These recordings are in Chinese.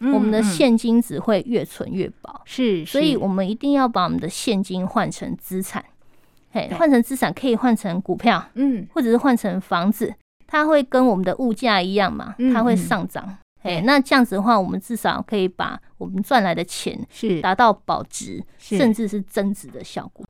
嗯我们的嗯现金只会越存越薄。是，所以是我们一定要把我们的现金换成资产，嘿，对换成资产可以换成股票，嗯或者是换成房子，它会跟我们的物价一样嘛嗯，它会嗯上涨。对哎、那这样子的话，我们至少可以把我们赚来的钱是达到保值，是甚至是增值的效果。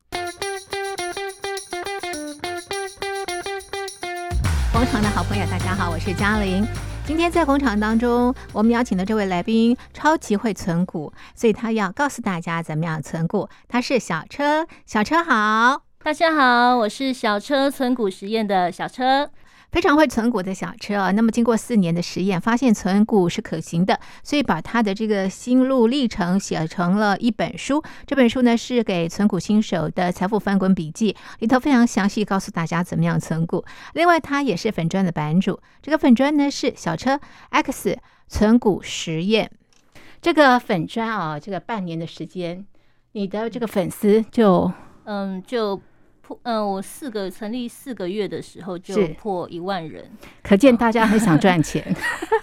广场的好朋友，大家好，我是嘉玲。今天在广场当中，我们邀请的这位来宾超级会存股，所以他要告诉大家怎么样存股。他是小车，小车好，大家好，我是小车存股实验的小车。非常会存股的小车啊。那么经过四年的实验，发现存股是可行的，所以把他的这个心路历程写成了一本书。这本书呢是给存股新手的财富翻滚笔记，里头非常详细告诉大家怎么样存股。另外，他也是粉砖的版主，这个粉砖呢是小车 X 存股实验。这个粉砖啊、这个半年的时间，你的这个粉丝就嗯，就破，嗯，我四个成立四个月的时候就是破一万人。可见大家很想赚 钱。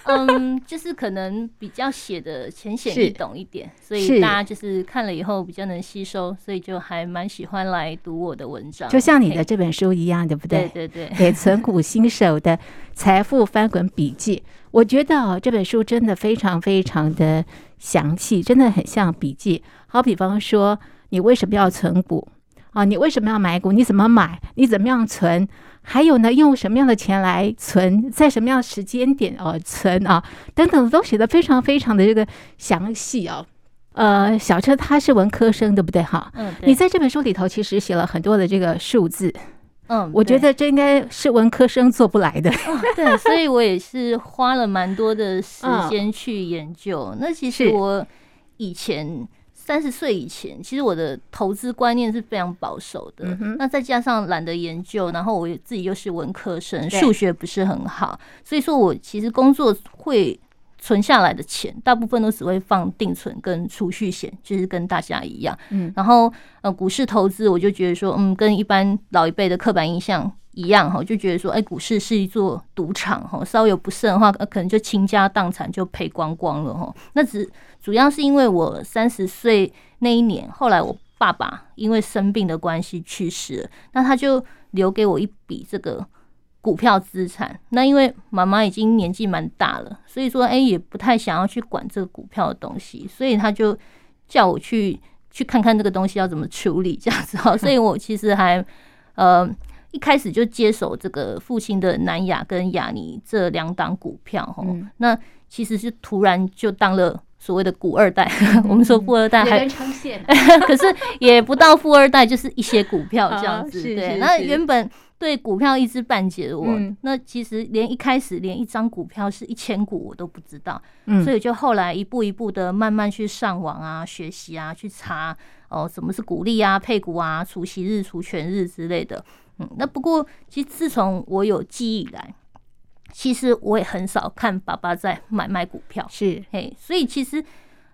嗯，就是可能比较写的浅显是易懂一点，所是以大家就是看了以后比较能吸收，所以就还蛮喜欢来读我的文章。就像你的嘿这本书一样，对不对 对对，给存股新手的财富翻滚笔记。我觉得哦，这本书真的非常非常的详细，真的很像笔记。好比方说，你为什么要存股啊？你为什么要买股？你怎么买？你怎么样存？还有呢，用什么样的钱来存，在什么样的时间点哦存啊？等等都写的非常非常的这个详细哦。呃，小车他是文科生，对不对哈？嗯，对你在这本书里头其实写了很多的这个数字，嗯，我觉对得这应该是文科生做不来的。哦对，所以我也是花了蛮多的时嗯间去研究。那其是实我以前三十岁以前，其实我的投资观念是非常保守的。嗯哼那再加上懒得研究，然后我也自己又是文科生，对数学不是很好，所以说我其实工作会。存下来的钱，大部分都只会放定存跟储蓄险，就是跟大家一样。嗯然后呃，股市投资，我就觉得说，嗯，跟一般老一辈的刻板印象一样哈，就觉得说，哎，股市是一座赌场哈，稍有不慎的话，呃可能就倾家荡产，就赔光光了哈。那只主要是因为我三十岁那一年，后来我爸爸因为生病的关系去世了，那他就留给我一笔这个。股票资产，那因为妈妈已经年纪蛮大了，所以说哎、也不太想要去管这个股票的东西，所以他就叫我去去看看这个东西要怎么处理这样子哦，所以我其实还呃一开始就接手这个父亲的南亚跟雅尼这两档股票哦，嗯那其实是突然就当了所谓的股二代， 我们说富二代还呈现， 可是也不到富二代，就是一些股票这样子。啊是是对，那是原本对股票一知半解的我，嗯那其实连一开始连一张股票是一千股我都不知道，嗯所以就后来一步一步的慢慢去上网啊、学习啊、去查哦，什么是股利啊、配股啊、除息日、除权日之类的。嗯，那不过其实自从我有记忆以来，其实我也很少看爸爸在买卖股票。是嘿，所以其实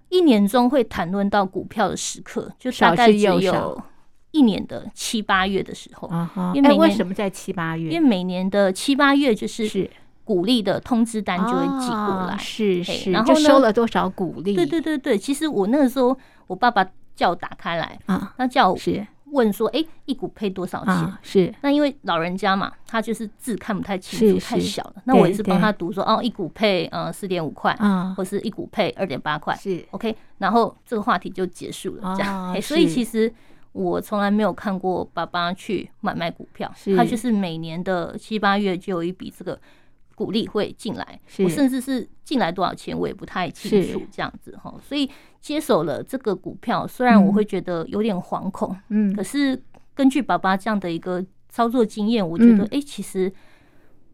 一年中会谈论到股票的时刻，就少大概之只又有少一年的七八月的时候，啊哈。因为哎，每为年什么在七八因为月？每年的七八月就是是股利的通知单就会寄过来。啊是嘿是，然就后呢收了多少股利？对对对对，其实我那个时候，我爸爸叫我打开来，啊，他叫我是问说，哎，一股配多少钱？啊是那因为老人家嘛，他就是字看不太清是楚，太是小了。那我也对是帮他对读说，哦，一股配呃四点五块，啊或是一股配二点八块，是 OK，然后这个话题就结束了，这样。哦 嘿所以是其实我从来没有看过爸爸去买卖股票是，他就是每年的七八月就有一笔这个股利会进来，是我甚至是进来多少钱我也不太清是楚，这样子哈。所以接手了这个股票，虽然我嗯会觉得有点惶恐，嗯可是根据爸爸这样的一个操作经验，我觉得嗯哎、诶其实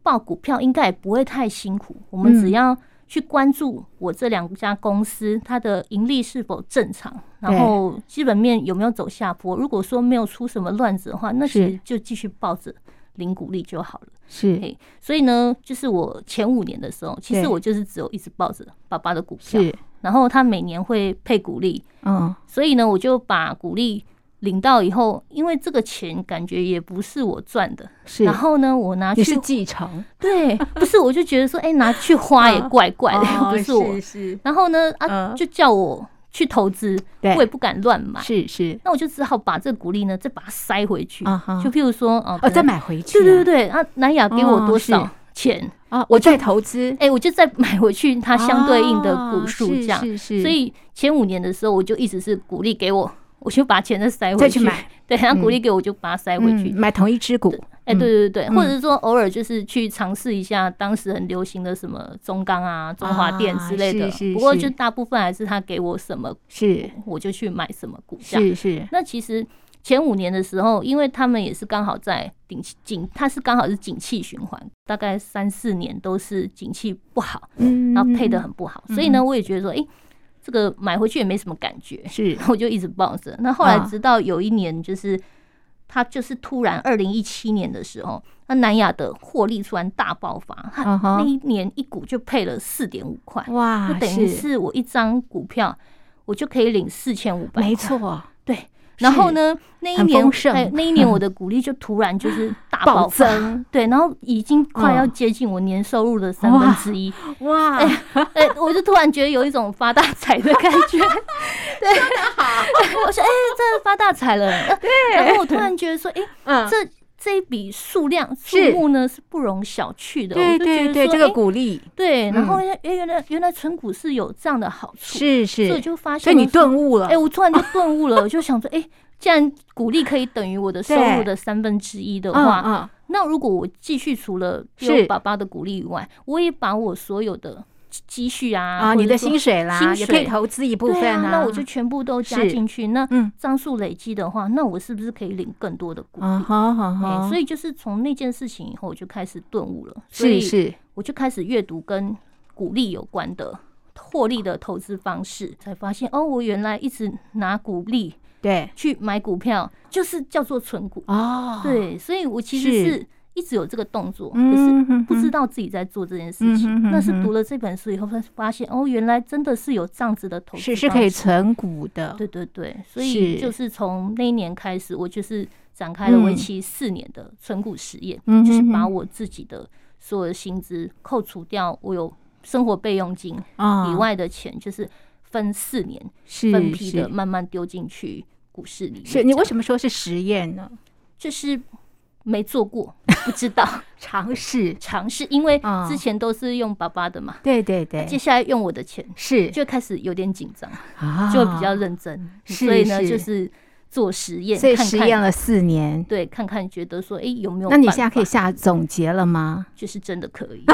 报股票应该也不会太辛苦，我们只嗯要去关注我这两家公司它的盈利是否正常，对然后基本面有没有走下坡。如果说没有出什么乱子的话，那其是实就继续抱着。零股利就好了，是嘿，所以呢，就是我前五年的时候，其对实我就是只有一直抱着爸爸的股票，是然后他每年会配股利，嗯所以呢，我就把股利领到以后，因为这个钱感觉也不是我赚的，是然后呢，我拿你去是继承， 对，不是我就觉得说，哎、拿去花 也啊怪怪的，哦不是我。是然后呢，啊，嗯就叫我去投资，对我也不敢乱买，是是那我就只好把这股利呢再把它塞回去，啊哈就譬如说，哦、哦，可再能买回去对啊，对对对，啊，南亚给我哦多是少钱？啊，我再投资，哎、我就再买回去它相对应的股数啊这样。是是是，所以前五年的时候，我就一直是鼓励给我，我就把钱再塞回再去，去买，对，然后鼓嗯励给我就把它塞回去。嗯买同一只股，哎、嗯对对对，嗯或者是说偶尔就是去尝试一下当时很流行的什么中钢啊、中华电之类的。啊是是不过是就大部分还是他给我什么，是我就去买什么股价。是是，那其实前五年的时候，因为他们也是刚好在景气景，它是刚好是景气循环，大概三四年都是景气不好，嗯然后配的很不好，嗯所以呢，我也觉得说，诶，这个买回去也没什么感觉，是我就一直抱着。那后来啊直到有一年，就是它就是突然二零一七年的时候，那南亚的获利突然大爆发，它啊哈那一年一股就配了四点五块，哇就，等于是我一张股票。我就可以领四千五百，没错，对，然后呢，那一很年丰盛哎那一年我的股利就突然就是 大暴爆发，增对，然后已经快要嗯接近我年收入的三分之一，哇，哎，我就突然觉得有一种发大财的感觉，对，我说哎，这发大财了，对，然后我突然觉得说，哎，嗯，这这一笔数量数是目呢是不容小�觑的，对我就觉对得对，说这个哎鼓励对，然后嗯哎原来原来存股是有这样的好处，是所以我是，就发所现以你说顿悟了哎、，我突然就顿悟了，我就想说，哎、既然股利可以等于我的收入对的三分之一的嗯话，嗯，那如果我继续除了是丢爸爸的股利以外，我也把我所有的积积蓄啊，啊，你的薪水啦，薪也可以水投资一部部分分啊，那我就全部都加是进去。那嗯张数累积的话，那我是不是可以领更多的股利？啊哈哈哎哈，所以就是从那件事情以后，我就开始顿悟了，所是以是我就开始阅读跟股利有关的获利的投资方式，才发现哦，我原来一直拿股利对去买股票，就是叫做存股。哦，对，所以我其实是是一直有这个动作，可是嗯，可不知道自己在做这件事嗯哼情。哼那是哼读了这本书以后，才发现哦，原来真的是有这样子的投资是是可以方式。存股的，对对对，所以是就是从那一年开始，我就是展开了为嗯期四年的存股实验，嗯就是哼把哼我自己的所有的薪资扣除掉，我有生活备用金啊以外的钱，就是分四年是分批的是慢慢丢进去股市里面这是样。你为什么说是实验呢？就是没做过，不 知道尝试，尝试，因为嗯之前都是用爸爸的嘛，对对对，接下来用我的钱，是就开始有点紧张，啊就会比较认真，是所以呢，是就是做实验，所以看实看验，了四年。对，看看觉得说，哎、有没有？那你现在可以，下总结了吗？就是真的可 以，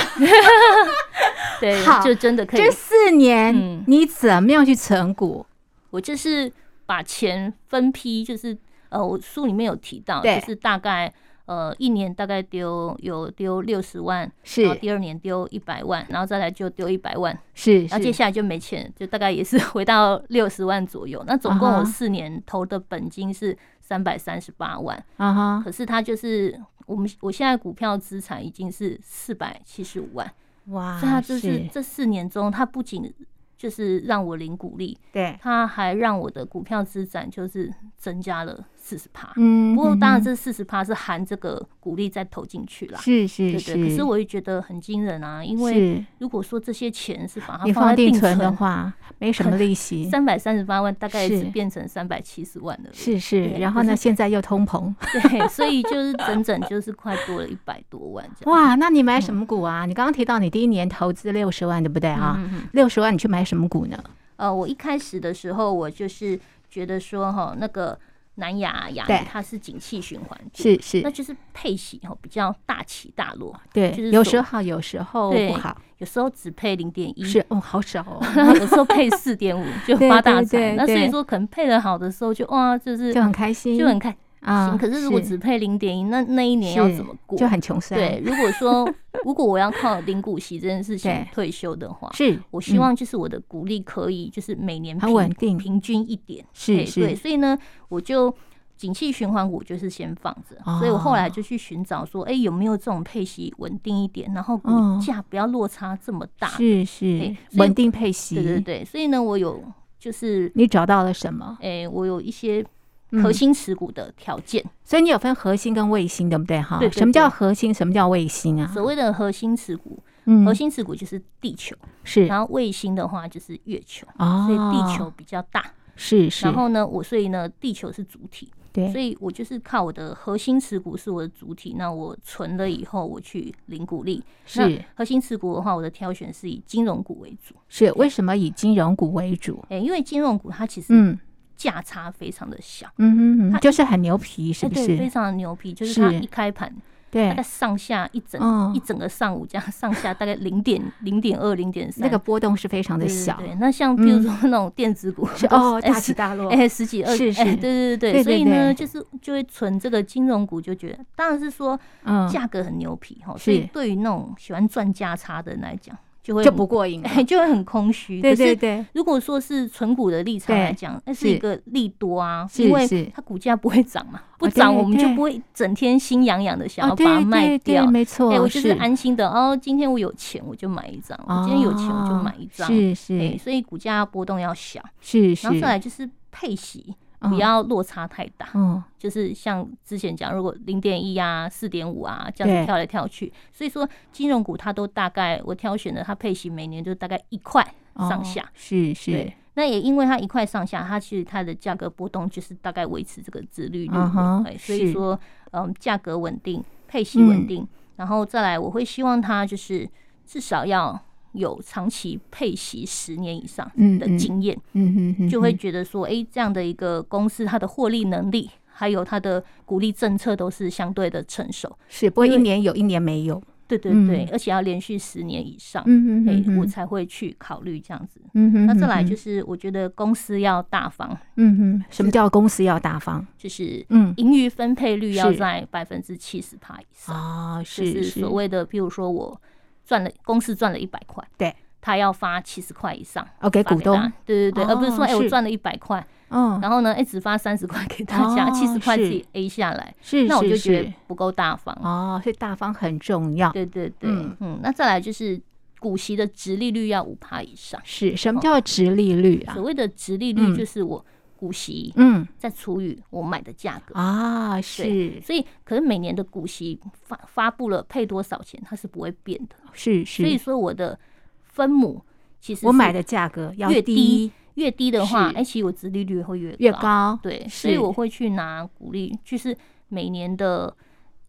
对好，就真的可以这，四年嗯你怎么样去存股？我就是把钱分批，就是呃，我书里面有提到，对就是大概。呃，一年大概丢有丢六十万，然后是第二年丢一百万，然后再来就丢一百万，是然后接是下来就没钱，就大概也是 回到六十万左右。那总共啊哈我四年投的本金是三百三十八万，啊哈，可是它就是我们我现在股票资产已经是四百七十五万，哇所以它就是这四年中，它不仅就是让我领股利，对，它还让我的股票资产就是增加了四十趴。嗯不过当然嗯这四十趴是含这个股利再投进去啦。是是对是，对，可是我也觉得很惊人啊，因为是如果说这些钱是把它你放在放定定存存的，话，没什么利息。三百三十八万大概是只变成三百七十万了，是是，对然后可呢？是现在又通 膨，对，所以就是整整就是快多了一百多万这样。哇！那你嗯买什么股啊？你刚刚提到你第一年投资六十万，对不对啊？嗯嗯嗯六十万你去买什么股呢？呃，我一开始的时候我就是觉得说哈，那个南亚亚对它是景气循环股，是那是，就是配息哈比较大起大落，对就是，有所时候好，有时候对不好，有时候只配零点一，是哦，好少 哦，然后有时候配四 点五就发大对对对财。那所对以说可能配的好的时候就哇，就是就很开心，就很开啊行，，可是如果只配零点一，那那一年要怎么过？就很穷酸，对，，如果说如果我要靠领股息这件事情对退休的话，是嗯我希望就是我的股利可以就是每年很平稳定平均一点。是哎是对，所以呢，我就景气循环股就是先放着，哦所以我后来就去寻找说，哎、有没有这种配息稳定一点，然后股嗯价不要落差这么大。是是嘿所以稳定配息，对对对，所以呢，我有就是你找到了什么？哎、我有一些嗯核心持股的条件。所以你有分核心跟卫星，对不对？哈，对对对什么叫核心？什么叫卫星啊？所谓的核心持股，嗯核心持股就是地球，是然后卫星的话就是月球，哦，所以地球比较大。是是，然后呢，我所以呢，地球是主体，所对，以我就是靠我的核心持股是我的主体，那我存了以后我去领股利。那是核心持股的话，我的挑选是以金融股为主，是。为什么以金融股为主？诶、因为金融股它其实嗯价差非常的小，嗯哼它嗯，一就是很牛皮，是诶不对，非是？常的牛皮，就是它是一开盘大对概，上下一整、哦一整个上午这样 上下大概零点零点二零点三，那个波动是非常的对对小，嗯对，那像比如说那种电子股是都 哦，诶大起大落哎、，十几二是哎是对对对对对所以对呢，就是就会存这个金融股，就觉得当然是说嗯，价格很牛皮哈、所是以对于那种喜欢赚价差的人来讲，就会就很不过瘾了。哎、 就会很空虚。对对可是对，如果说是纯股的立场来对讲，那是是一个利多啊，是因为是它股价不会涨嘛，不哦涨对我们就对不会整天心痒痒的想哦，要把它对卖对掉对，。没错，哎、我就是安心的哦，今天我有钱我就买一张，我今天有钱我就买一张。哦是哎是所以股价波动要小。是是，然后再来就是配息，不嗯要落差太大。嗯，就是像之前讲，如果零点一啊、四点五啊这样对子跳来跳去，所以说金融股它都大概我挑选的，它配息每年就大概一块哦上下。是是对，，那也因为它一块上下，它其实它的价格波动就是大概维持这个自律率嗯哼，哎所以是说嗯，价格稳定，配息稳嗯定，然后再来我会希望它就是至少要有长期配息十年以上嗯的嗯经验。嗯哼哼，就会哼觉得说，哎、这样的一个公司，它的获利能力，还有它的鼓励政策都是相对的成熟。是不会一对年有一年没有，对对嗯对，而且要连续十年以上，嗯哎、嗯嗯，我才会去考虑这样子。嗯哼，，那再来就是是，我觉得公司要大方，嗯哼，什么叫公司要大方？就是嗯，盈余分配率要是在百分之七十趴以上，哦，就是是是所谓的，譬如说我赚了，公司赚了一百块，对，他要发七十块以上。哦，给发股大家东，，对对对，而不是说哦哎、我是赚了一百块，嗯，然后呢，哎、只发三十块给大家，哦七十块是自己 A 下来，是那我就是觉得是，不够大方。哦，所以大方很重要。对对对，嗯嗯那再来就是股息的值利率要五趴以上。是什么叫值利率啊哦所？谓的值利嗯率就是我股息嗯再除以我买的价格。啊，是所以，可是每年的股息发发布了配多少钱，它是不会变的。是所以是，说，我的分母其实嗯我买是的价格要越低低越低的话，是哎、其实我值利率会越越高，对，所以是我会去拿鼓励，就是每年的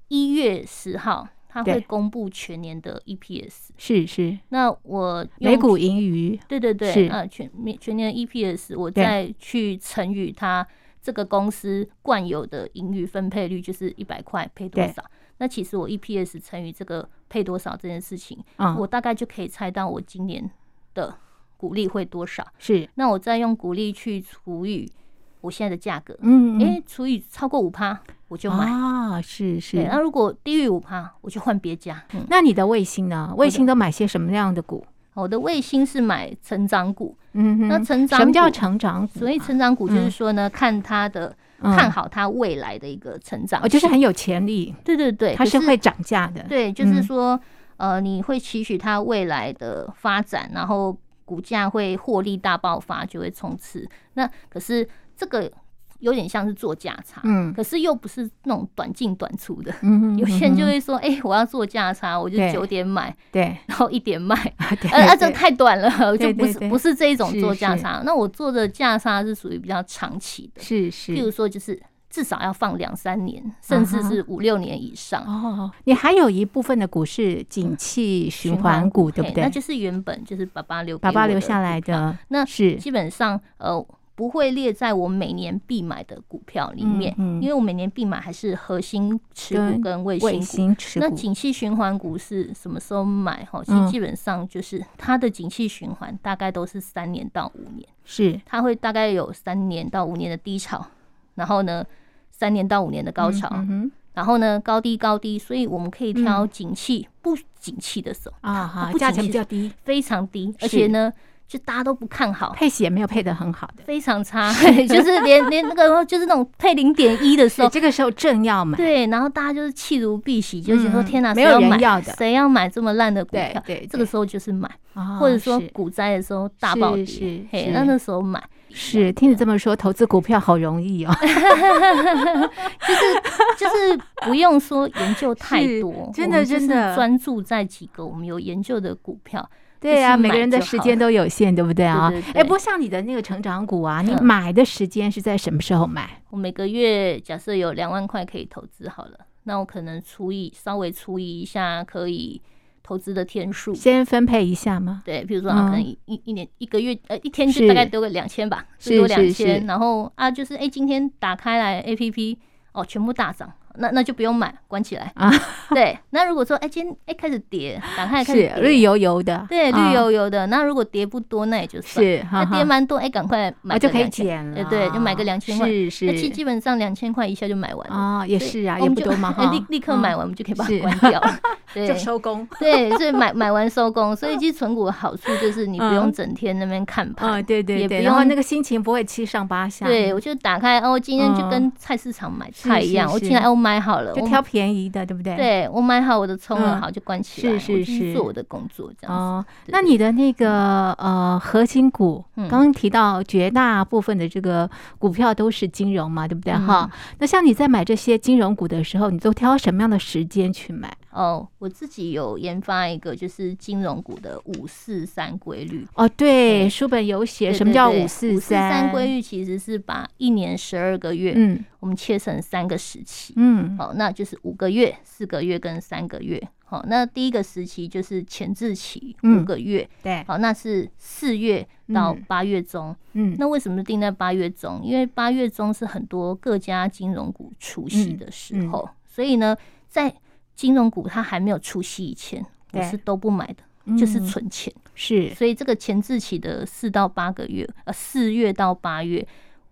一月十号，它对会公布全年的 EPS。是是，那我用每股盈余对对对，是啊，全年全年的 EPS，我对再去乘以它这个公司惯有的盈余分配率，就是一百块配多对少。那其实我 EPS 乘以这个配多少这件事情，啊，我大概就可以猜到我今年的股利会多少。是那我再用股利去除以我现在的价格，嗯哎、除以超过五趴我就买。啊，是对，嗯是。那如果低于五趴，我就换别家。嗯，那你的卫星呢？卫星都买些什么样的股？我的卫星是买成长股，嗯哼，那成长什么叫股成长股啊？所以成长股就是嗯说呢，看它的嗯看好它未来的一个成长哦，就是性很有潜力，对对对，它可是会涨价的。对，就是嗯说呃，你会期许它未来的发展，然后股价会获利大爆发，就会冲刺。那可是这个有点像是做价差，嗯可是又不是那种短进短出的。嗯哼，有些人就嗯哼会说：“哎、我要做价差，我就对九点买， 对，然后一点卖。啊对呃，啊，这对太短了， 就对不对是对不是这一种是做价是差。那我做的价差是属于比较长期的，是譬是如说就是至少要放两三年，甚至啊哈是五六年以上。哦，你还有一部分的股是嗯景气循环股，对不嘿对那？就是原本就是爸爸留给爸爸我留的下来股票，的，那是基本上呃不会列在我每年必买的股票里面，嗯嗯因为我每年必买还是核心持股跟跟卫卫星股。星持那股景气循环股是什么时候买？哈，其嗯实基本上就是它的景气循环大概都是三年到五年，是它会大概有三年到五年的低潮，然后呢，三年到五年的高潮，嗯哼然后呢高低高低，所以我们可以挑景气、不景气的时候，啊哈，不价景钱气比较低，非常低，是而且呢就大家都不看好，配血没有配的很好的，非 常差，就是连连那个就是那种配零点一的时所以候，这个时候正要买，对，然后大家就是气如敝屣，就觉得说嗯天哪，没谁有人买要的谁要买这么烂的股对票？对这个对时候就是买，啊或者说是股灾的时候大暴是跌是，嘿是，那那时候买，是听你这么说，投资股票好容易 哦，就是不用说研究 太是多，真我的们就真是的专注在几个我们有研究的股票。对啊，就是每个买人的就时好间了都有限，对不对啊对对？对哎，不过像你的那个成长股啊，你嗯买的时间是在什么时候买？我每个月假设有两万块可以投资好了，那我可能除以稍微除以一下可以投资的天数。先分配一下吗？对，比如说啊，可能嗯一一一年一个月呃一天就是大概丢个两千吧，最是多是两是千。然后啊，就是哎、今天打开来 A P P 哦，全部大涨，那那就不用买，关起来啊。对，那如果说哎、今天哎、开始跌，打开来开始是跌绿油油的，对啊绿油油的。那如果跌不多，那也就算。是，哈那跌哈，蛮多，哎、赶快买啊就个可以2000减呃了，对，就买个两千块。是那基是基本上两千块一下就买完了。啊，也所以是啊，我也们不就呃多嘛，哈，立立刻买嗯完，我们就可以把是它关掉。 对，就收工。 对，所以买买完收工，所以其实存股的好处就是你不嗯用整天那边看盘。啊，对对也对，不然后用那个心情不会七上八下，对，我就打开哦，今天就跟菜市场买菜一样，嗯是是我进来是哦，我买好了，就我挑便宜的，对不对？。对我买好我的葱了，嗯好就关起来，是我是继续是做我的工作这样子。哦，对那对你的那个呃，核心股，嗯刚刚提到绝大部分的这个股票都是金融嘛，对不对嗯哈？那像你在买这些金融股的时候，你都挑什么样的时间去买？哦，我自己有研发一个就是金融股的五四三规律。哦，对，对书本有写对什么对叫对五四三三规律？其实是把一年十二个月，嗯我们切成三个时期。嗯，好，那就是五个月、四个月跟三个月。好，那第一个时期就是前置期嗯五个月，对，好，那是四月到嗯八月中。嗯那为什么定在八月中？因为八月中是很多各家金融股嗯除夕的时候，所以呢，在金融股它还没有除夕以前，我对是都不买的，就是嗯存钱。是所以这个前置期的四到八个月，呃，四月到八月，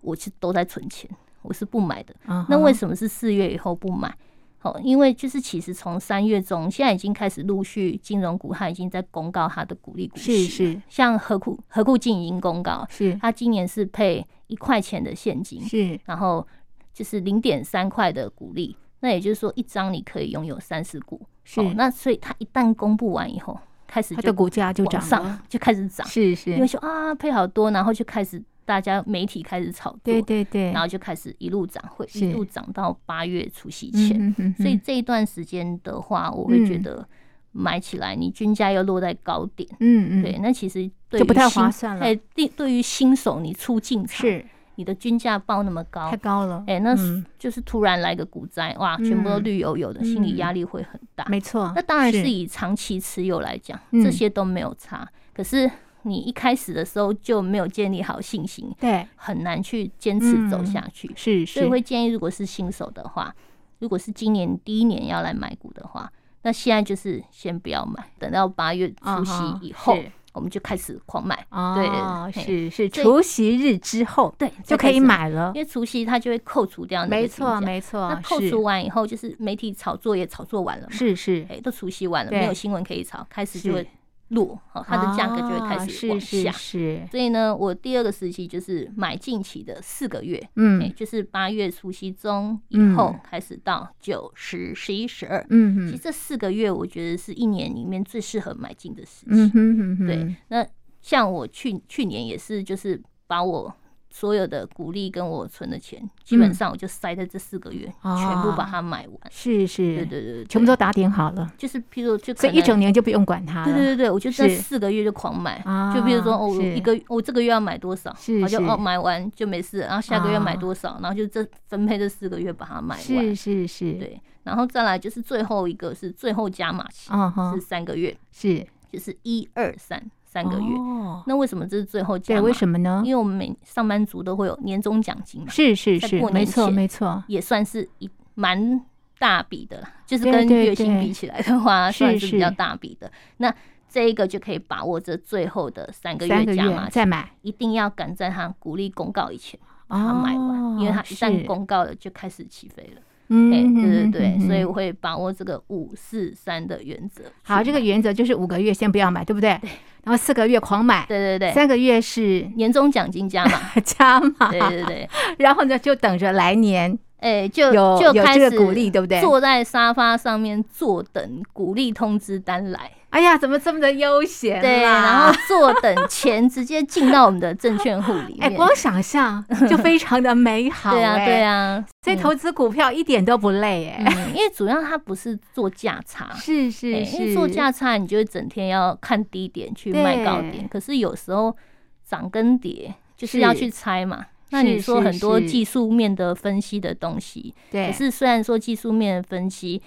我是都在存钱，我是不买的。啊哈，那为什么是四月以后不买？哦，因为就是其实从三月中，现在已经开始陆续金融股，它已经在公告它的股利股息是了，是像和库和库金已经公告，是它今年是配一块钱的现金，是然后就是零点三块的股利，那也就是说一张你可以拥有三十股，是哦，那所以它一旦公布完以后，开始它就的股价就往涨上了，就开始涨，是因为是，说啊配好多，然后就开始大家媒体开始炒作，对对对，然后就开始一路涨，会是一路涨到八月除夕嗯前。哼哼所以哼这一段时间的话，我会觉嗯得买起来你均价又落在高点，嗯嗯对，那其实对就不于太新划算了哎，对，对于新手你初进场，是你的均价报那么高太，高了，哎，那嗯就是突然来个股灾，哇，全部都嗯绿油油的，嗯心理压力会很大。没错，那当然是以长期持有来讲，嗯这些都没有差。可是你一开始的时候就没有建立好信心，对，很难去坚持走嗯下去。是所以是我会建议，如果是新手的话，如果是今年第一年要来买股的话，那现在就是先不要买，等到八月除夕以后，我们就开始狂买。啊，对是是所以除夕日之后对，就可以，买了因，为除夕它就会扣除掉那个没错金价没错那，扣是除完以后，就是媒体炒作也炒作完了嘛，是是哎，都除夕完了，对没有新闻可以炒，开始就是会落，好，它的价格就会啊开始是往是下。是，所以呢，我第二个时期就是买近期的四个月，哎、嗯就是八月除夕中以后嗯开始到九、十、十一、十二，其实嗯这四个月我觉得是一年里面最适合买进的时期。嗯哼哼哼，对，那像我去去年也是，就是把我所有的股利跟我存的钱，基本上我就塞在这四个月，啊全部把它买完。嗯是对是，对对对，全部都打点好了，就是譬如就可所能以一整。年就不用管它对对了，对对，我就这是四个月就狂买，啊就比如说哦，我是一个我这个月要买多少，是我就是哦买完就没事，然后下个月买啊多少，然后就这分配这四个月把它买完。是是是，对，然后再来就是最后一个是最后加码期，嗯哼是，三个月，是就是一二三三个月。哦那为什么这是最后加对，码？为什么呢因？为我们每上班族都会有年终奖金嘛，是是在是过，没年错前没错，也算是一蛮大笔的啦，就是对跟对月薪对比起来的话，是算是比较是大笔的。那这一个就可以把握这最后的三个三月个加月码期，再买一定要赶在它鼓励公告以前把它啊买完，因为它一旦是公告了就开始起飞了。哎，嗯，对对对，所以嗯嗯嗯我会把握这个五四三的原则去买。好，这个原则就是五个月先不要买，对不对？然后四个月狂买，对对对，三个月是 年终奖金加嘛，加码对，对对， 然后呢就等着来年哎，就有就有开这始个鼓励，对不对？坐在沙发上面坐等鼓励通知单来，哎呀，怎么这么的悠闲啦？对，然后坐等钱直接进到我们的证券户里 哎，面。光想象就非常的 美好，对啊，哎对， 啊，所以投资股票一点都不累，哎，嗯，因为主要它不是做 价差，是嗯对是因为是，做价差，你就会整天要看低点去卖高对点，可是有时候涨跟跌就是是要去猜嘛。那你是说是很多是技术面的分析的东西，可对是虽然说技术面的分析，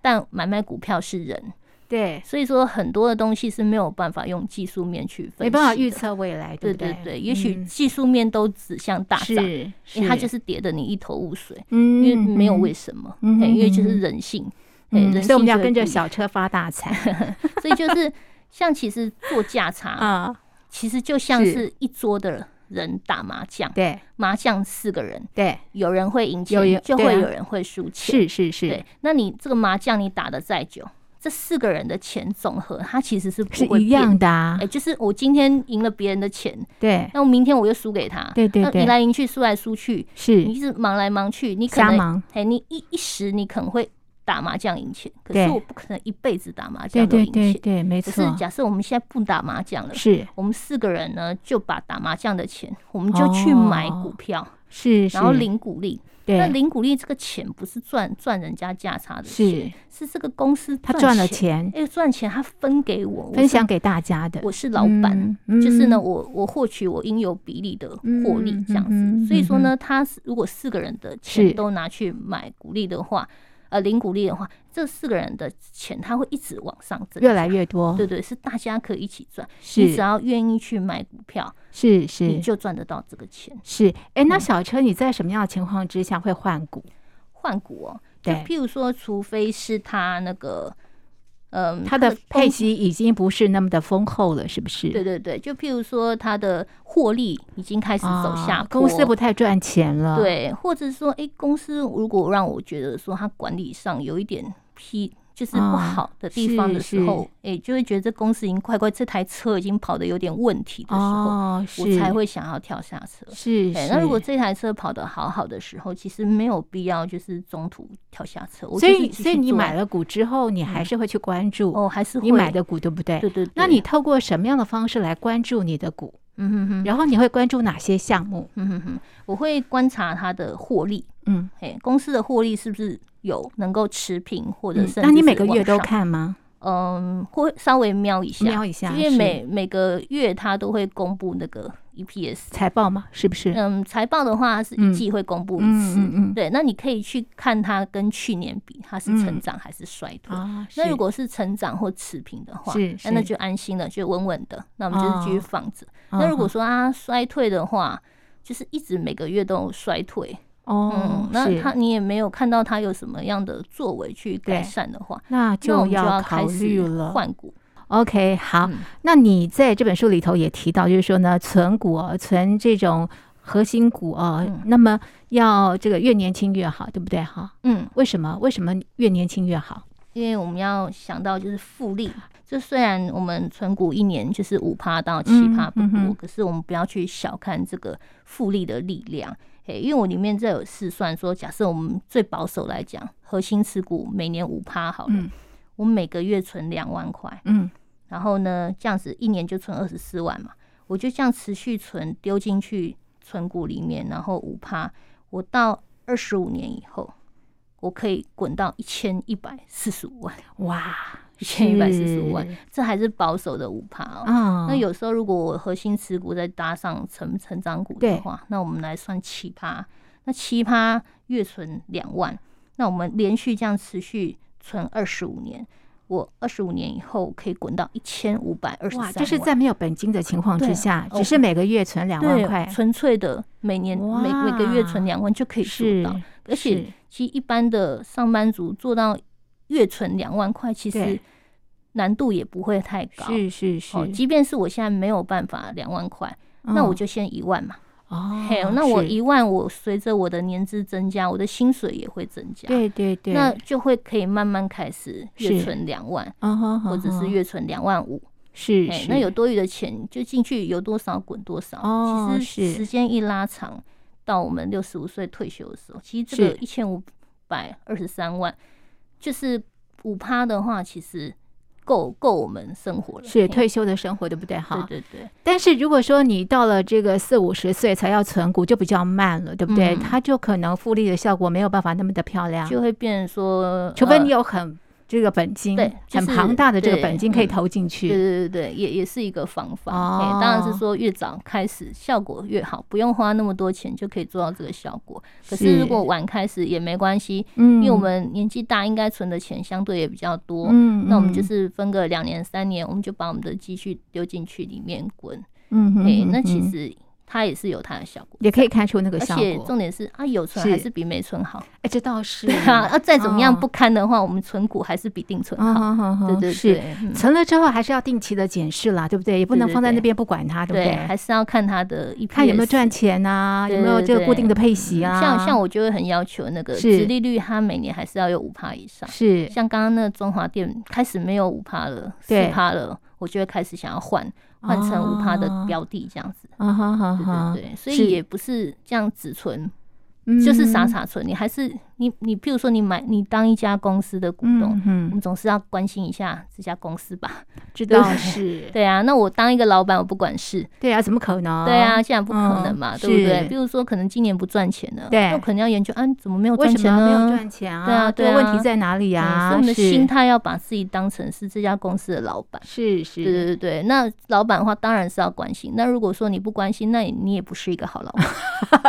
但买卖股票是人，对，所以说很多的东西是没有办法用技术面去分析，没办法预。测未来，对不对对对，也许嗯技术面都指向大涨，是，因为它就是跌的你一头雾水。嗯因为没有为什么，嗯嘿因为嗯就是嗯人性，嘿嗯人性所以我们要就会跟着不一小车发大财样，所以就是像其实做价差， 啊，其实就像是是一桌的人打麻将，对麻将四个人，对，有人会赢有钱人，就对会啊有人会输钱，是是是对，。那你这个麻将你打的再久，这四个人的钱总和，它其实是是不会一变样的。的啊哎、，就是我今天赢了别人的钱，对，那我明天我又输给他，对对那对赢来赢去，输来输去，是你一直忙来忙去，你可瞎能忙，哎，你一一时你可能会打麻将赢钱，可对是我不可能一辈子打麻对将都对赢对钱。对，没可错是，假设我们现在不打麻将了，是我们四个人呢就把打麻将的钱，我们就去买股票，是哦是，然后领股利。那对领股利这个钱不是赚赚人家价差的钱，是，是这个公司他赚了钱，钱，哎，赚钱他分给我，我分是享给大家的，我是老板。嗯就是呢，嗯我我获取我应有比例的获利嗯这样子，嗯嗯所以说嗯呢，他是如果四个人的是钱都拿去买股利的话，呃，零股利的话，这四个人的钱他会一直往上增，越来越多，对对，是大家可以一起赚，你只是要愿意去买股票，是你是就赚得到这个钱。是，哎，那嗯小车你在什么样的情况之下会换股？换股哦，就对，譬如说，除非是他那个，嗯，它的配公息已经不是那么的丰厚了，是不是？对对对，就譬如说他的获利已经开始走啊下坡，公司不太赚钱了，，对，或者说，诶，公司如果让我觉得说它管理上有一点批，就是不啊好的地方的是时候，诶，就会觉得这公司已经快快，这台车已经跑得有点问题的时候，哦，是我才会想要跳下车。是对，是。那如果这台车跑得好好的时候，其实没有必要就是中途跳下车。我所就是以，继所以续你做嗯买了股之后，你还是会去关注哦，还是你会买的股，对不对？对对对。那你透过什么样的方式来关注你的股？嗯哼哼，然后你会关注哪些项目？嗯哼哼，我会观察它的获利，嗯，诶，公司的获利是不是有能够持平或者嗯甚至、那你每个月都？看吗？嗯，会稍微瞄一下，瞄一下因为是每每个月它都会公布那个 EPS。财报吗？是不是？嗯，财报的话它是嗯一季会公布一次，嗯嗯对，那你可以去看它跟去年比，它是嗯成长还是衰退。嗯啊，那是如果是成长或持平的话，是那那是就安心了，就稳稳的。那我们就是继续哦放着。嗯那如果说它衰退的话，就是一直每个月都有衰退，哦嗯，，那是它你也没有看到它有什么样的作为去改对善的话，那那我就们就要考开虑始了。换股。 OK，好，嗯那你在这本书里头也提到，就是说呢，存股啊，存这种核心股啊，嗯那么要这个越年轻越好，对不对？哈，嗯，为什么？为什么越年轻越好？因为我们要想到就是复利，就虽然我们存股一年就是五趴到七趴不嗯多，嗯哼可是我们不要去小看这个复利的力量。诶，因为我里面这有试算说，假设我们最保守来讲，核心持股每年五趴好了，嗯我每个月存两万块，嗯，然后呢，这样子一年就存二十四万嘛，我就这样持续存丢进去存股里面，然后五趴，我到二十五年以后，我可以滚到一千一百四十五万。哇，一千一百四十五万是，这还是保守的五趴哦。啊，那有时候如果我核心持股再搭上成成长股对的话，那我们来算七趴，那七趴月存两万，那我们连续这样持续存二十五年，我二十五年以后可以滚到一千五百二十哇，三，这是在没有本金的情况之对下，哦只是每个月存两万块对，纯粹的每年每哇每个月存两万就可以做是到，，而且是其实一般的上班族做到月存两万块，其实对难度也不会太高。是是是哦，，即便是我现在没有办法两万块，那嗯我就先一万嘛，哦嘿，那我是一万，我随着我的年资增加，我的薪水也会增加，对对对，那就会可以慢慢开始月是存两万，嗯哼或者是哼月存两万五。是哎是，那有多余的钱就进去，有多少滚多少。哦其实是时间一拉长，到我们六十五岁退休的时候，其实这个一千五百二十三万，就是五趴的话，其实够够我们生活了。是嘿退休的生活，对不对？哈，对对对，但是如果说你到了这个四五十岁才要存股，就比较慢了，对不对？嗯它就可能复利的效果没有办法那么的漂亮，就会变成说，除非呃你有很这个本金，对就是很庞大的这个对本金可以嗯投进去。对对对对，也也是一个方法。哦哎当然是说越早开始效果越好，不用花那么多钱就可以做到这个效果。可是是如果晚开始也没关系，嗯，因为我们年纪大，应该存的钱相对也比较多。嗯，那我们就嗯是分个两年、三年，我们就把我们的积蓄丢进去里面滚。嗯哼哎、那嗯其哼实它也是有它的效果，也可以看出那个而效且果。重点是啊，有存是还是比没存好。哎，这倒是 对啊，啊再怎么样哦不堪的话，我们存股还是比定存 嗯好。哼哼对哼对是。对，嗯存了之后还是要定期的检视啦，对不对？也不对能对放在那对边不管它，对不对，还是要看它的 EPS，看有没有赚钱啊，有对没有对这个固对定的配息啊？像像我就会很要求那个是殖利率，它每年还是要有五趴以上。是像刚刚那个中华店开始没有五趴了，对四趴了，我就会开始想要换换成五趴的标的这样子。啊哈哈对哈，对对，所是以也不是这样只存，就是傻嗯傻存。你还是你你，譬如说你买你当一家公司的股东，嗯我嗯，们总是要关心一下这家公司吧？知对道不对是， 对啊，那我当一个老板，我不管事，对啊，怎么可能？对啊，，现在不可能嗯嘛，对不对是？比如说可能今年不赚钱了，对那我可能要研究啊，怎么没有为赚什钱么呢？没有赚钱啊？对啊这对个问题啊在哪里对呀？所以我们的是心态要把自己当成是这家公司的老板。是是，对对对对，那老板的话当然是要关心。那如果说你不关心，那你你也不是一个好 老板。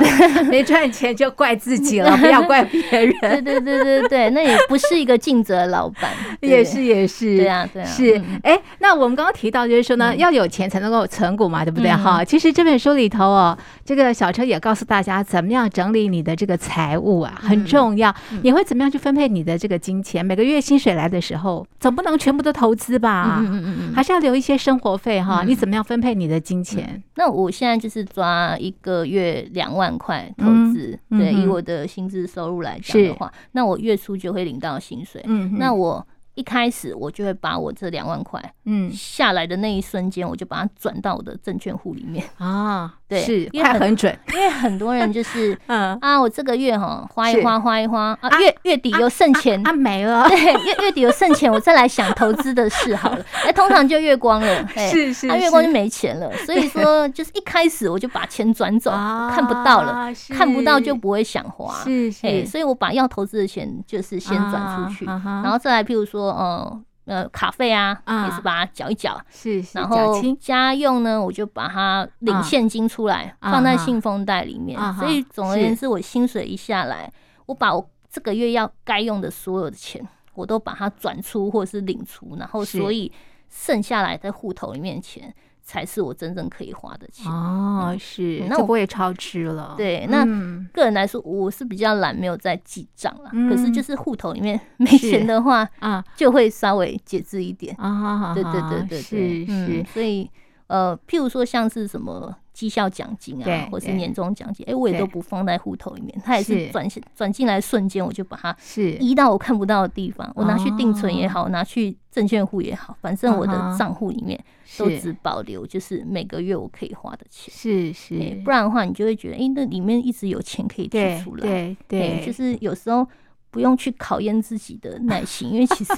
没赚钱就怪自己 了，不要怪别人。对对对对对，那也不是一个尽责的老 板。对也是也是，对啊对啊，是嗯，哎，那我们刚刚提到就是说呢，要有钱才能够存股嘛，对不对嗯哈？其实这本书里头哦，这个小车也告诉大家怎么样整理你的这个财务啊，嗯很重要。你会怎么样去分配你的这个金钱？每个月薪水来的时候，总不能全部都投资吧？嗯嗯嗯嗯。嗯还是要留一些生活费哈。你怎么样分配你的金钱？那我现在就是抓一个月两万块投资，嗯对，嗯哼以我的薪资收入来讲的话，那我月初就会领到薪水。嗯，那我一开始我就会把我这两万块嗯下来的那一瞬间，我就把它转到我的证券户里 面，啊，对是因为快很很准，因为很多人就是。嗯，啊，我这个月哈花是一花花一花啊啊，月月底有剩钱，啊没了，对，月月底有剩钱，我再来想投资的事好了。哎，通常就月光了，哎，是是啊，月是光就没钱了。所以说，就是一开始我就把钱转走，看不到了，啊，看不到就是不会想花。是哎，是所以我把要投资的钱就是先转出去，啊啊哈然后再来，譬如说，呃呃，卡费啊，啊也是把它缴一缴。是是，然较后轻家用呢，我就把它啊领现金出来，啊放在哈信封袋里面啊。哈所以总而是言之，我薪水一下来，我把我这个月要该用的所有的钱，我都把它转出或者是领出，然后是所以剩下来在户头里面的钱，才是我真正可以花的钱。哦，是，那嗯那就我不会超支了。对那嗯个人来说，我是比较懒，没有在记账啦。嗯可是就是户头里面没钱的话，啊就会稍微节制一点。啊哈哈哈，对对对对对，是是嗯，所以呃，譬如说像是什么绩效奖金对啊，或是对年终奖金，哎，我也对都不放在户头里面，它也是是转现转进来瞬间，我就把它是移到我看不到的地方，我拿去定存也哦好，拿去证券户也好，反正我的嗯哼账户里面都是只保留就是每个月我可以花的钱，是是哎，，不然的话你就会觉得，哎，那里面一直有钱可以对提出来，对哎对，就是有时候。不用去考验自己的耐心，因为其实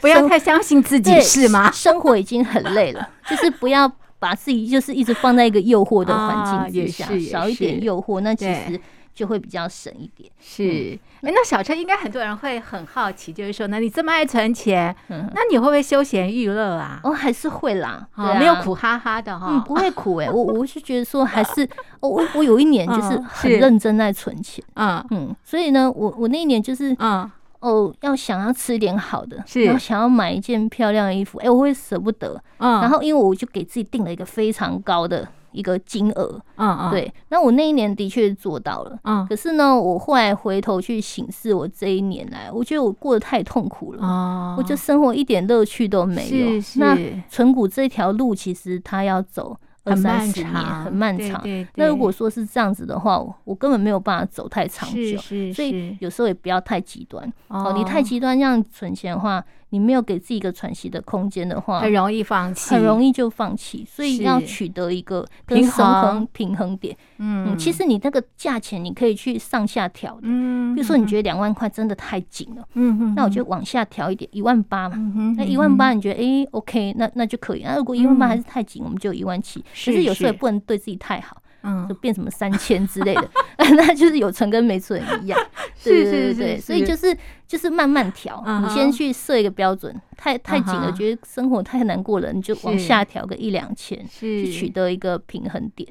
不要太相信自己对是吗？生活已经很 累了，就是不要把自己就是一直放在一个诱惑的环境之下，啊也是也少一点是诱惑，那其对实就会比较省一点。是。嗯哎，那小车应该很多人会很好奇，就是说呢，你这么爱存钱，嗯，那你会不会休闲娱乐啊？哦，还是会啦，对哦，啊没有苦。啊哈哈的嗯，哈，不会苦哎、我我是觉得说还是，哦、我我有一年就是嗯很是认真在存钱，嗯嗯，所以呢，我我那一年就是嗯，哦，要想要吃点好的，是然后想要买一件漂亮的衣服，哎、我会舍不得，嗯然后因为我就给自己定了一个非常高的一个金额，嗯嗯，对，那我那一年的确做到了。嗯可是呢，我后来回头去审视我这一年来，我觉得我过得太痛苦了，哦，我就生活一点乐趣都没有。是是那存股这条路，其实它要走。二很三漫十年，长，很漫对长。对对那如果说是这样子的话，我我根本没有办法走太长是久，是所以是有时候也不要太极端。哦哦，你太极端这样存钱的话，你没有给自己一个喘息的空间的话，很容易放弃，很容易易就放弃。所以是要取得一个跟平生衡衡平衡点。嗯嗯，其实你那个价钱你可以去上下调的。嗯，比如说，你觉得两万块真的太紧了，嗯嗯，嗯那我就就往下调一点，一万八嘛。那那一万八，你觉得诶 o k 那那就可以。那如果一万八还是太紧，我们就一万七。嗯是可是有时候也是不能对自己太好，嗯就变什么三千之类的， 那就是有存跟没存一 样。对是是对对是对，所以就是就是慢慢调，嗯你哼先去设一个标准，太太紧嗯了，哼觉得生活太难过了，你就往是下调个一两千，去取是。得一个平衡点。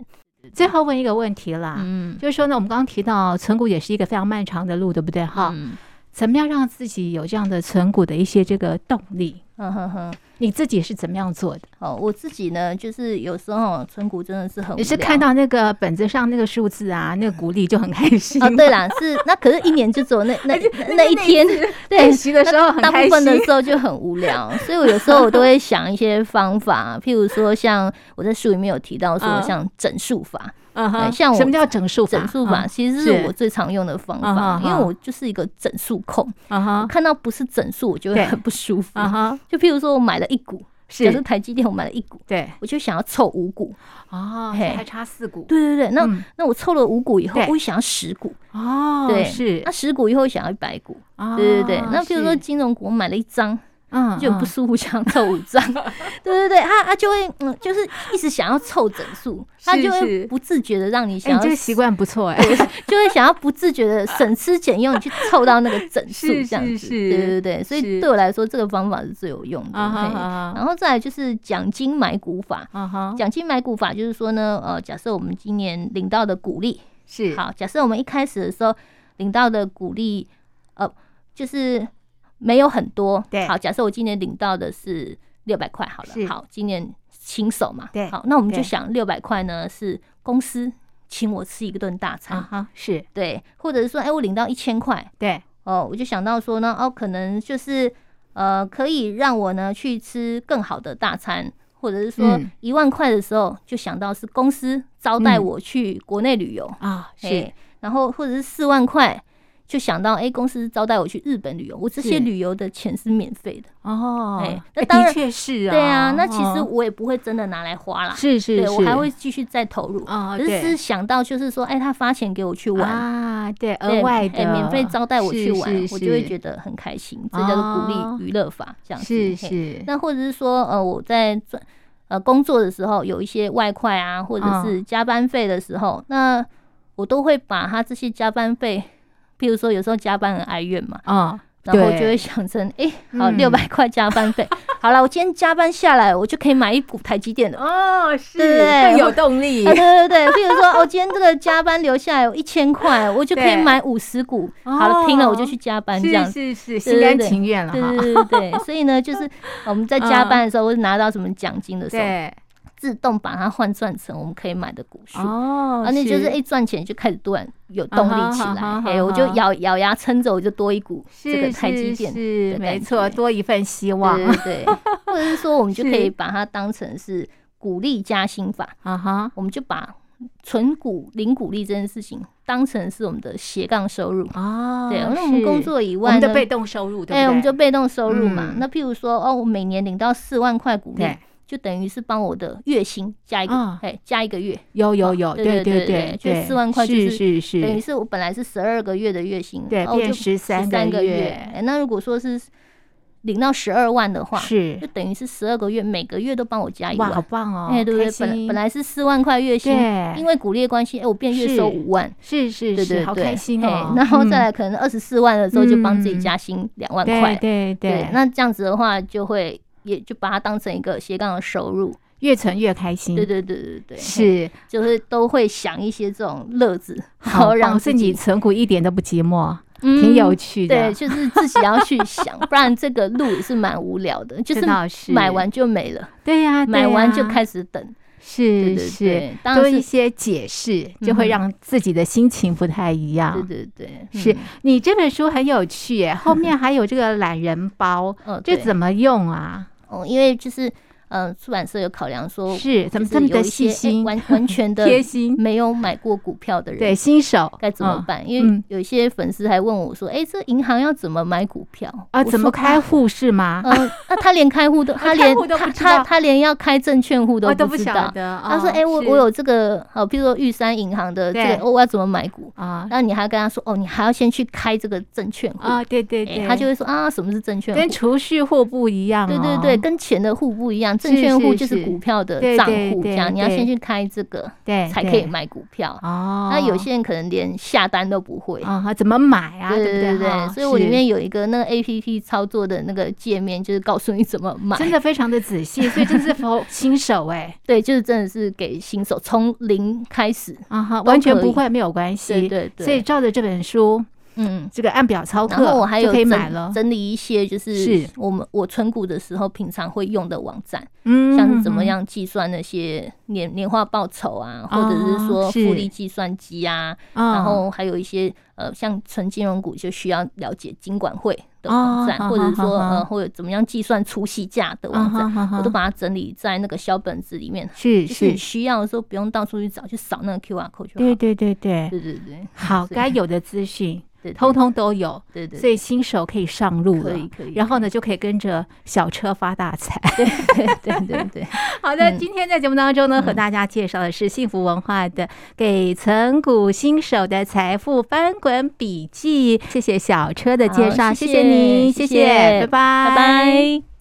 最后问一个问题啦，嗯，就是说呢，我们刚刚提到存股也是一个非常漫长的路，对不对？哈，嗯，怎么样让自己有这样的存股的一些这个动力？嗯哼哼。你自己是怎么样做的？哦，我自己呢，就是有时候存股真的是很无你是聊哦看到那个本子上那个数字啊，那个股利就很开心哦，对啦，是那可是一年就只有那 那那那一天，对练， 习的时候很大开部心分的时候就很无聊，所以我有时候我都会想一些方法，譬如说像我在书里面有提到说嗯像整数法，嗯哼对像我什么叫整数法？整数法嗯其实是是我最常用的方嗯法哼，因为哼我就是一个整数控，啊我哈看到不是整数我就对会很不舒服啊。哈，就譬如说我买了一股，假设是，台积电我买了一股，对，我就想要凑五股，哦，嘿所以还差四股，对对对，那嗯那我凑了五股以后对，我会想要十股，哦，对是哦那，十股以后想要一百股，对对对。那譬如说金融股我买了一张，嗯就很不舒服，想凑五张。 对对对，他他就会嗯，就是一直想要凑整数，他是就是会不自觉的让你哎，想你要这个习惯不错哎，就会想要 不自觉的省吃俭用，你去凑到那个整数是这样是子。是对对对，所是以对我来说这个方法是最有用的。啊哈嘿啊哈然后再来就是奖金买股法。啊哈，奖金买股法就是说呢，呃，假设我们今年领到的股利，是，好，假设我们一开始的时候领到的股利，呃，就是没有很多。对好，假设我今年领到的是六百块，好是了，好，今年新手嘛，对好，那我们对就想六百块呢是公司请我吃一顿大餐，啊哈，是对，或者是说，哎、我领到一千块，对，哦，我就想到说呢，哦，可能就是呃，可以让我呢去吃更好的大餐。或者是说嗯一万块的时候，就想到是公司招待嗯我去国内旅游，啊是嘿，然后或者是四万块，就想到哎、诶公司招待我去日本旅游，我这是些旅游的钱是免费的，哦哎，那哎当的然确是啊，对啊，那其实哦我也不会真的拿来花啦，是是对是，我还会继续再投入，啊可对是是想到就是说，哎、他发钱给我去玩。啊，对，对额外的哎免费招待我去玩，是是我就会是觉得很开心，这叫做鼓哦励娱乐法，这样子。是嘿是，那或者是说，呃，我在赚呃工作的时候有一些外快啊，或嗯者是加班费的时候，那我都会把他这些加班费，譬如说有时候加班很哀怨嘛，啊然后对就会想成， 诶，好嗯六百块加班费，好了，我今天加班下来，我就可以买一股台积电了。啊哦是对对更有我动力对对对，譬如说，我、今天这个加班留下来，我一千块，我就可以对哦买五十股。好了，拼了，我就去加班这样子。是是是，心对甘对对情愿了对哈。对对对，所以呢，就是我们 在嗯加班的时候，或者拿到什么奖金的时候，对，自动把它换算成我们可以买的股数。哦啊，那就是哎，赚钱就开始突然有动力起啊哈啊来，哈哎，我就啊哈咬咬牙撑着，我就多一股这是个台积电，是是的没感错，觉多一份希望 对对对，或者是说我们就可以是把它当成是股利加薪法，啊哈我们就把存股零股利这件事情当成是我们的斜杠收入。哦对，那我们工是作以我外们呢的，被动收入，对不对？哎，我们就被动收入嘛嗯。那譬如说，哦，我每年领到四万块股利对，就等于是帮我的月薪加一啊个，哎，加一个月。有有有，对对对对对，对就4万块就是是是等于是，是我本来是十二个月的月薪，对然后变就13 13个个月哎那如果说是领到十二万的话，是就等于是十二个月，每个月都帮我加一哇，好万。棒哦！哎，对不开对？心本来本来是四万块月薪对，因为鼓励的关系，哎，我变月收是五万，是是对对是，对，好开心嘿哦。然后再嗯来可能二十四万的时候，就帮自己嗯加薪两万对块，对对，那这样子的话，就会也就把它当成一个斜杠的收入。越存越开心。对对对对对，嘿，嗯是就是都会想一些这种乐子，然好后棒，让自自己己嗯存股一点都不寂寞，挺挺有趣的对，。就是自己要去想，不然这个路也是蛮无聊的，就这倒是是买完就没了，对呀，对啊买完就呀开始等。对是对是，对，当多然一是些解释，就嗯会哼让自己的心情不太一对样。对对，是嗯你这本书很有趣 耶，后面还有这个懒人包，哦，这对怎么用啊？哦，因为就是呃，出版社有考量说，是怎么哦就是这么的有一细些哎心完完全的贴心没有买过股票的人，对新手该怎么嗯办？因为有一些粉丝还问我说：“哎、这银行要怎么买股票啊？怎么？”开我说户是吗？嗯、那他连 开户都，他开连户都不他知道他他连要开证券户我都不知晓道。得。他说：“嗯哎、我是我有这个，好，比如说玉山银行的这对个，哦我要怎么买股？啊那你还要跟他说，哦，你还要先去开这个证券户，啊，对对哎对，他就会说啊，什么是证券户？跟储蓄户不一样对哦。对对，跟钱的户不一样，证是券户是就是是股票的对账对户，这对样你要对先去开这个对才对可以买股票。啊哦。那有些人可能连下单都不会，啊，怎么买啊？对不对对哈对，所以我是里面有一个那个 A P P 操作的那个界面，就是告诉你怎么买。真的非常的仔细，所以真的是否新手 哎对，就是真的是给新手从零开始。啊哈，都完全可不以会没有关对系。对所以对，照着这本书，嗯。这个按表操然后我课还哦啊就有可以整买了。整理一些，就是是我们我存股的时候平常会用的网站，嗯像是怎么？样计算那些年年化报酬啊，或者哦是说是复利计算机啊，嗯然后还有一些呃，像纯金融股就需要了解金管会的哦网站，好或者好说好呃，或者怎么样计算出息价嗯的啊网站，我都把它整理在那个小本子里面，是就是你是，需要的时候不用到处去找，去扫那个 QR code 就好对了。对对对，对对对，好，所以该有的资讯对通通都有，对对所对以新手可以上路可了以。可以，然后呢，就可以跟着小车发大财。对对对对， 好的，嗯今天在节目当中呢，和大家介绍的是幸福文化的《给存股新手的财富翻滚笔记》。谢谢小车的介好绍，谢谢谢您，谢谢，谢拜拜，拜拜。